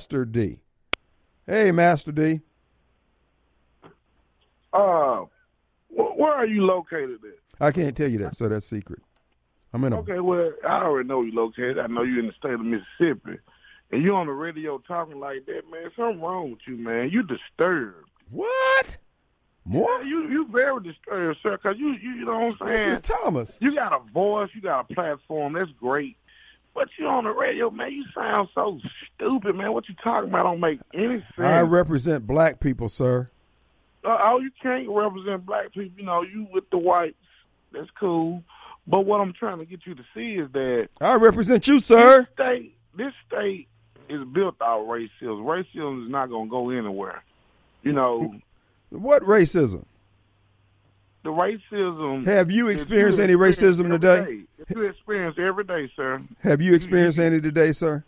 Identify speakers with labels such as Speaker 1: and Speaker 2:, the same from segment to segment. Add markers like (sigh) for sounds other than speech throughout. Speaker 1: Master D. Hey, Master D.
Speaker 2: Uh, wh- where are you located at?
Speaker 1: I can't tell you that, so that's secret. I'm in a
Speaker 2: Okay, well, I already know you're located. I know you're in the state of Mississippi. And you on the radio talking like that, man. Something wrong with you, man. You disturbed.
Speaker 1: what? More?
Speaker 2: You you very disturbed, sir, because you, you, you know what I'm
Speaker 1: This
Speaker 2: saying?
Speaker 1: is Thomas.
Speaker 2: You got a voice, you got a platform, that's great. But you on the radio, man, you sound so stupid, man. What you talking about don't make any sense.
Speaker 1: I represent black people, sir.
Speaker 2: uh, oh, you can't represent black people. You know, you with the whites. That's cool. But what I'm trying to get you to see is that
Speaker 1: I represent you, sir.
Speaker 2: this state, this state is built out of racism. Racism is not going to go anywhere. You know,
Speaker 1: What racism?
Speaker 2: the racism.
Speaker 1: Have you
Speaker 2: that
Speaker 1: experienced any
Speaker 2: experience
Speaker 1: racism
Speaker 2: every
Speaker 1: today?
Speaker 2: day, that You experience every day, sir.
Speaker 1: Have you experienced any today, sir?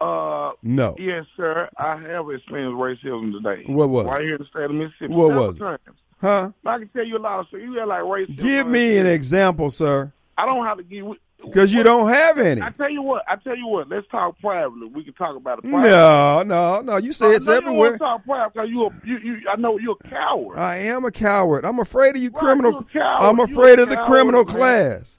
Speaker 2: Uh,
Speaker 1: No.
Speaker 2: yes, sir. I have experienced racism today.
Speaker 1: What was it?
Speaker 2: Right here in the state of Mississippi.
Speaker 1: What
Speaker 2: several
Speaker 1: was it?
Speaker 2: times.
Speaker 1: Huh?
Speaker 2: I can tell you a lot, sir. You had like racism.
Speaker 1: Give me an example, sir,
Speaker 2: I don't have to give.
Speaker 1: because you don't have any.
Speaker 2: I tell you what. I tell you what. Let's talk privately. We can talk about it. Privately.
Speaker 1: No, no, no. You say it's
Speaker 2: I know you don't
Speaker 1: everywhere.
Speaker 2: wanna talk private 'cause you, a- you, you. I know you're a coward.
Speaker 1: I am a coward. I'm afraid of you, criminal.
Speaker 2: you a coward.
Speaker 1: I'm
Speaker 2: You
Speaker 1: afraid
Speaker 2: a
Speaker 1: of the
Speaker 2: coward,
Speaker 1: criminal
Speaker 2: man.
Speaker 1: class.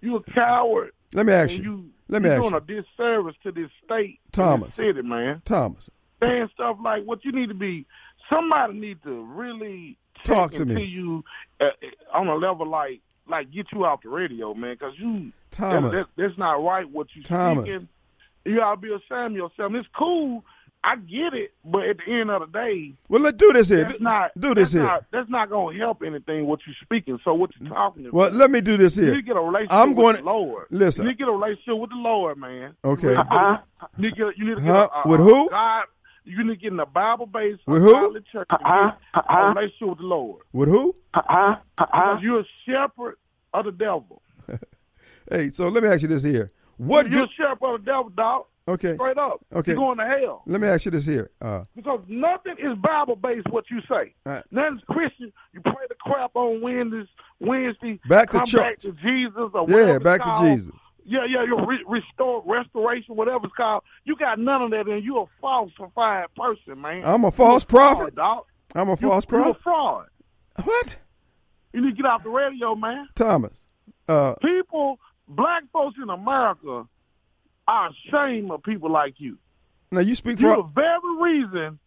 Speaker 2: you a coward.
Speaker 1: Let me ask
Speaker 2: And
Speaker 1: you,
Speaker 2: you.
Speaker 1: Let me
Speaker 2: you
Speaker 1: ask
Speaker 2: doing
Speaker 1: you.
Speaker 2: a disservice to this state, to
Speaker 1: Thomas.
Speaker 2: this city, man.
Speaker 1: Thomas.
Speaker 2: Saying stuff like what you need to be. Somebody need to really check
Speaker 1: Talk to
Speaker 2: into
Speaker 1: me.
Speaker 2: you uh, uh, on a level like like get you off the radio, man, because you
Speaker 1: Thomas.
Speaker 2: That, that, that's not right. What you
Speaker 1: Thomas.
Speaker 2: speaking. You gotta be ashamed of yourself. It's cool. I get it, but at the end of the day,
Speaker 1: Well, let's do this here.
Speaker 2: that's
Speaker 1: Do-
Speaker 2: not
Speaker 1: do this
Speaker 2: that's
Speaker 1: here.
Speaker 2: Not, that's not gonna help anything. What you speaking? So what you talking? about?
Speaker 1: well, let me do this
Speaker 2: you need
Speaker 1: here.
Speaker 2: to get a relationship
Speaker 1: I'm going.
Speaker 2: with the Lord.
Speaker 1: Listen.
Speaker 2: you need to get a relationship with the Lord, man.
Speaker 1: Okay.
Speaker 2: You need to get, you need to get
Speaker 1: Huh?
Speaker 2: a, a,
Speaker 1: With who?
Speaker 2: a God. You need to get in a Bible based
Speaker 1: With who?
Speaker 2: church. and get a relationship with the Lord.
Speaker 1: With who?
Speaker 2: Because you're a shepherd of the devil.
Speaker 1: Hey, so let me ask you this here. What
Speaker 2: You're
Speaker 1: good?
Speaker 2: a shepherd of the devil, dog.
Speaker 1: Okay.
Speaker 2: Straight up.
Speaker 1: Okay.
Speaker 2: You're going to hell.
Speaker 1: Let me ask you this here. Uh,
Speaker 2: Because nothing is Bible based what you say.
Speaker 1: Right.
Speaker 2: Nothing's Christian. You pray the crap on Wednesdays, Wednesday.
Speaker 1: Back to
Speaker 2: come
Speaker 1: church.
Speaker 2: back to Jesus or
Speaker 1: Yeah,
Speaker 2: whatever it's
Speaker 1: back to
Speaker 2: called.
Speaker 1: Jesus.
Speaker 2: Yeah, yeah, your re- restore, restoration, whatever it's called. You got none of that, and you a falsified person, man.
Speaker 1: I'm a
Speaker 2: You
Speaker 1: false
Speaker 2: fraud,
Speaker 1: prophet.
Speaker 2: dog.
Speaker 1: I'm a
Speaker 2: You-
Speaker 1: false
Speaker 2: You a
Speaker 1: prophet.
Speaker 2: fraud.
Speaker 1: What?
Speaker 2: You need to get off the radio, man.
Speaker 1: Thomas. Uh,
Speaker 2: People, black folks in America, are ashamed of people like you.
Speaker 1: now you speak
Speaker 2: You're
Speaker 1: for.
Speaker 2: the very reason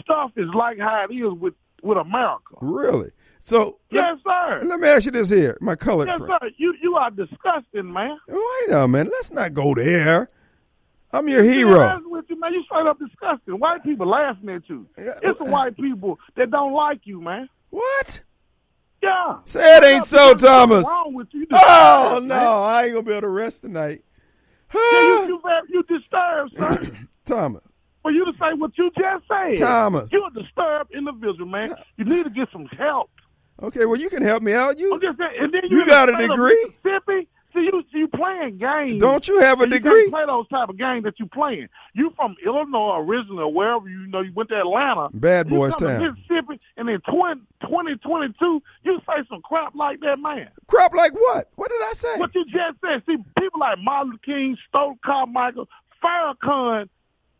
Speaker 2: stuff is like how it is with with America.
Speaker 1: Really? So
Speaker 2: Yes,
Speaker 1: let,
Speaker 2: sir.
Speaker 1: let me ask you this here, my colored
Speaker 2: Yes,
Speaker 1: friend.
Speaker 2: sir. You you are disgusting, man.
Speaker 1: Wait a minute. Let's not go there. I'm your
Speaker 2: To be
Speaker 1: hero.
Speaker 2: honest With you, man, you straight up disgusting. White people laughing at you.
Speaker 1: Yeah,
Speaker 2: It's the white people that don't like you, man.
Speaker 1: What?
Speaker 2: Yeah.
Speaker 1: Say it ain't so,
Speaker 2: There's nothing
Speaker 1: Thomas.
Speaker 2: Wrong with you. You (laughs)
Speaker 1: Oh
Speaker 2: disturbed,
Speaker 1: no,
Speaker 2: man.
Speaker 1: I ain't gonna be able to rest tonight.
Speaker 2: Yeah, you, you, very- you disturbed, sir.
Speaker 1: (clears throat) Thomas.
Speaker 2: For you to say what you just said,
Speaker 1: Thomas.
Speaker 2: you're a disturbed individual, man. You need to get some help.
Speaker 1: Okay, well you can help me out.
Speaker 2: I'm
Speaker 1: You
Speaker 2: just saying, and then
Speaker 1: You
Speaker 2: you, in the
Speaker 1: got a
Speaker 2: state of
Speaker 1: degree?
Speaker 2: Mississippi. See, you you playing games.
Speaker 1: don't you have a
Speaker 2: And you
Speaker 1: degree?
Speaker 2: can't play those type of games that you playing. You from Illinois originally, or wherever you know you went to Atlanta.
Speaker 1: Bad
Speaker 2: You
Speaker 1: boys
Speaker 2: come to
Speaker 1: town.
Speaker 2: Mississippi, and in 20, 2022, you say some crap like that, man.
Speaker 1: Crap like what? What did I say?
Speaker 2: What you just said. See, people like Martin Luther King, Stone Carmichael, Farrakhan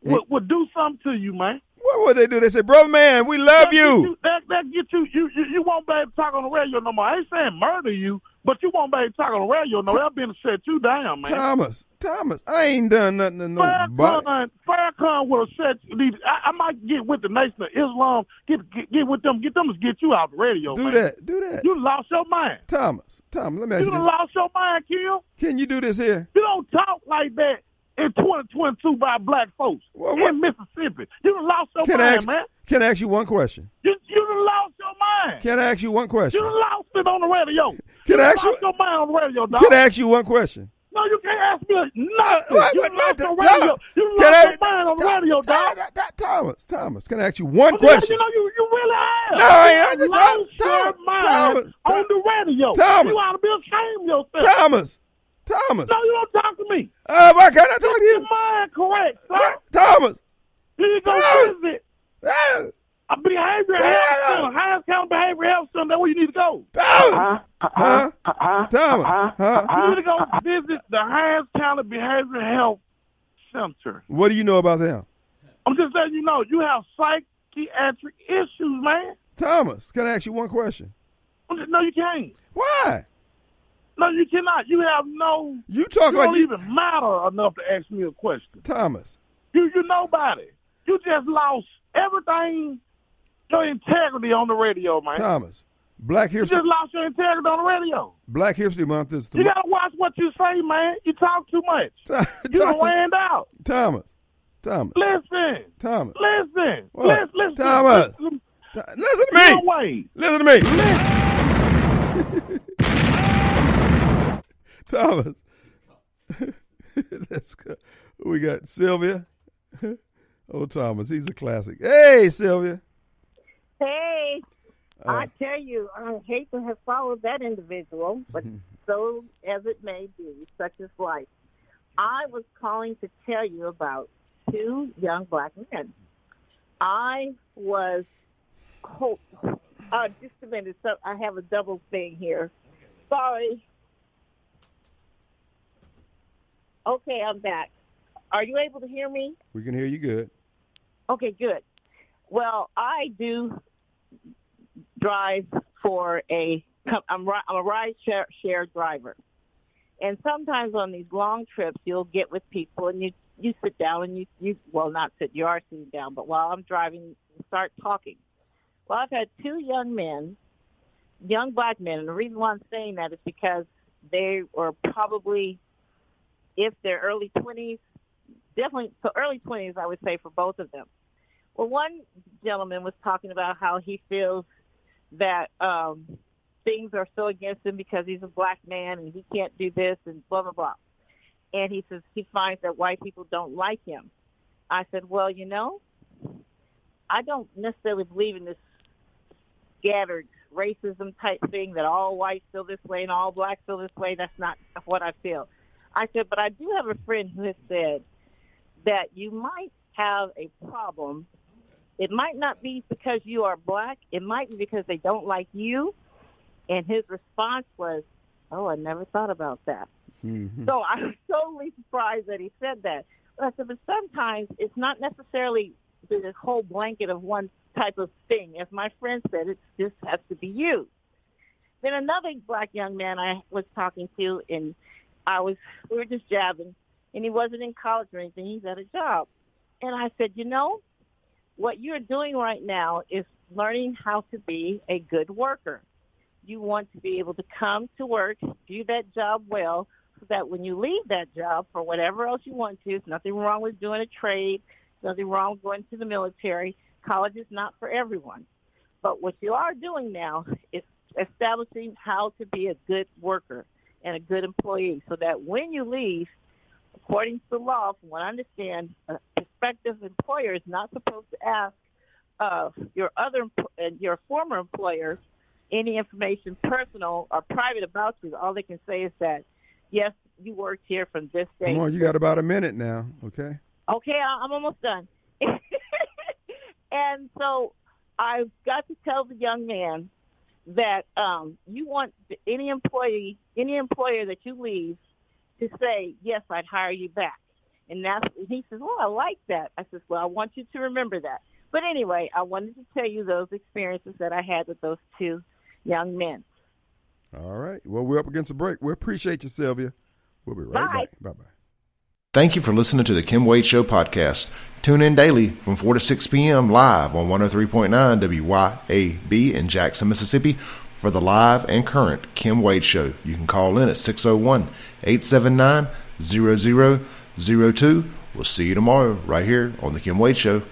Speaker 2: would, would do something to you, man.
Speaker 1: What would they do? They say, "Brother man, we love
Speaker 2: That get
Speaker 1: you."
Speaker 2: That that get you. You you, you won't be able to talk on the radio no more. I ain't saying murder you, but you won't be able to talk on the radio no. That been set you down, man.
Speaker 1: Thomas, Thomas, I ain't done nothing to nobody.
Speaker 2: Farrakhan, Farrakhan would have said, I, I might get with the Nation of Islam, get, get get with them, get them to get you out the radio.
Speaker 1: Do
Speaker 2: man.
Speaker 1: that. Do that.
Speaker 2: You lost your mind.
Speaker 1: Thomas, Thomas, let me ask
Speaker 2: You
Speaker 1: you.
Speaker 2: done
Speaker 1: This.
Speaker 2: lost your mind, Kim.
Speaker 1: Can you do this here?
Speaker 2: You don't talk like that in 2022 by black folks
Speaker 1: Well, what-
Speaker 2: in Mississippi. You done lost your
Speaker 1: Can I
Speaker 2: mind,
Speaker 1: ask,
Speaker 2: man.
Speaker 1: can I ask you one question?
Speaker 2: You, you done lost your mind.
Speaker 1: Can I ask you one
Speaker 2: you
Speaker 1: question?
Speaker 2: done lost it on the radio.
Speaker 1: Can
Speaker 2: you
Speaker 1: I
Speaker 2: done
Speaker 1: ask you-
Speaker 2: lost your mind on the radio, dog.
Speaker 1: Can I Uh, ask you one question?
Speaker 2: no, you can't ask me nothing.
Speaker 1: What-
Speaker 2: you
Speaker 1: what-
Speaker 2: done lost
Speaker 1: what-
Speaker 2: your
Speaker 1: Tom-
Speaker 2: radio. You
Speaker 1: can
Speaker 2: lost
Speaker 1: I-
Speaker 2: your mind on the
Speaker 1: Tom-
Speaker 2: radio,
Speaker 1: Tom-
Speaker 2: dog.
Speaker 1: Tom- Thomas, Thomas, can I ask you one
Speaker 2: Well,
Speaker 1: question?
Speaker 2: You know, you, you really are.
Speaker 1: No, I ain't.
Speaker 2: You
Speaker 1: I-
Speaker 2: lost
Speaker 1: Tom-
Speaker 2: your
Speaker 1: Tom-
Speaker 2: mind
Speaker 1: Tom-
Speaker 2: on the radio.
Speaker 1: Thomas.
Speaker 2: You ought to be ashamed of yourself.
Speaker 1: Thomas, Thomas,
Speaker 2: No, you don't talk to me.
Speaker 1: uh, why can't I talk to
Speaker 2: Your
Speaker 1: you?
Speaker 2: mind correct, sir.
Speaker 1: What? Thomas,
Speaker 2: You ain't going
Speaker 1: Tom-
Speaker 2: to visit
Speaker 1: Ah,
Speaker 2: a behavioral health
Speaker 1: Yeah.
Speaker 2: center, Hines County Behavioral Health Center. That's where you need to go.
Speaker 1: Thomas, huh? Thomas, huh? Uh-huh.
Speaker 2: Uh-huh. You need to go visit the Hines County Behavioral Health Center.
Speaker 1: What do you know about them?
Speaker 2: I'm just letting you know you have psychiatric issues, man.
Speaker 1: Thomas, can I ask you one question?
Speaker 2: I'm just, no, you can't.
Speaker 1: Why?
Speaker 2: No, you cannot. You have no.
Speaker 1: You talk
Speaker 2: you
Speaker 1: like
Speaker 2: don't
Speaker 1: you,
Speaker 2: even matter enough to ask me a question.
Speaker 1: Thomas.
Speaker 2: You you nobody. You just lost everything, your integrity on the radio, man.
Speaker 1: Thomas. Black
Speaker 2: You
Speaker 1: History
Speaker 2: just lost your integrity on the radio.
Speaker 1: Black History Month is
Speaker 2: You
Speaker 1: tomorrow.
Speaker 2: gotta watch what you say, man. You talk too much. You
Speaker 1: (laughs)
Speaker 2: don't
Speaker 1: Thomas.
Speaker 2: land out.
Speaker 1: Thomas. Thomas.
Speaker 2: Listen,
Speaker 1: Thomas.
Speaker 2: listen,
Speaker 1: What?
Speaker 2: listen, listen.
Speaker 1: Thomas.
Speaker 2: listen.
Speaker 1: Th- Listen to
Speaker 2: No
Speaker 1: me.
Speaker 2: way.
Speaker 1: Listen to me.
Speaker 2: Listen.
Speaker 1: Thomas. (laughs) Let's go. We got Sylvia. (laughs) oh, Thomas. He's a classic. Hey, Sylvia.
Speaker 3: Hey,
Speaker 1: Uh,
Speaker 3: I tell you, I hate to have followed that individual, but so as it may be, such is life. I was calling to tell you about two young black men. I was, oh, uh, just a minute, so I have a double thing here. Sorry. Okay, I'm back. Are you able to hear me?
Speaker 1: we can hear you good.
Speaker 3: Okay, good. Well, I do drive for a com- I'm ri- I'm a ride share, share driver, and sometimes on these long trips you'll get with people and you you sit down and you you well not sit you are sitting down, but while I'm driving you start talking. Well, I've had two young men, young black men, and the reason why I'm saying that is because they were probably if they're early twenties, definitely so early twenties I would say for both of them. Well, one gentleman was talking about how he feels that um, things are so against him because he's a black man and he can't do this and blah blah blah. And he says he finds that white people don't like him. I said, well, you know, I don't necessarily believe in this scattered racism type thing that all whites feel this way and all blacks feel this way. That's not what I feel. I said, but I do have a friend who has said that you might have a problem. It might not be because you are black. It might be because they don't like you. And his response was, "Oh, I never thought about that."
Speaker 1: Mhm.
Speaker 3: So (laughs) I was totally surprised that he said that. But I said, "But sometimes it's not necessarily the whole blanket of one type of thing. As my friend said, it just has to be you." Then another black young man I was talking to, and I was we were just jabbing, and he wasn't in college or anything. He's at a job, and I said, you know, what you're doing right now is learning how to be a good worker. You want to be able to come to work, do that job well, so that when you leave that job for whatever else you want to, there's nothing wrong with doing a trade, nothing wrong with going to the military. College is not for everyone. But what you are doing now is establishing how to be a good worker and a good employee so that when you leave, according to the law, from what I understand, a prospective employer is not supposed to ask uh, your other empl- uh, your former employer any information personal or private about you. All they can say is that yes, you worked here from this day
Speaker 1: Come on, you got about a minute now, okay?
Speaker 3: Okay, I- I'm almost done. (laughs) and so I've got to tell the young man that um, you want any employee, any employer that you leave to say, yes, I'd hire you back. And that's, and he says, well, I like that. I says, well, I want you to remember that. But anyway, I wanted to tell you those experiences that I had with those two young men.
Speaker 1: All right. Well, we're up against a break. We appreciate you, Sylvia. We'll be right
Speaker 3: Bye.
Speaker 1: back. Bye bye.
Speaker 4: Thank you for listening to the Kim Wade Show podcast. Tune in daily from 4 to 6 p.m. live on 103.9 WYAB in Jackson, Mississippi for the live and current Kim Wade Show. You can call in at 601 879 0002. We'll see you tomorrow right here on the Kim Wade Show.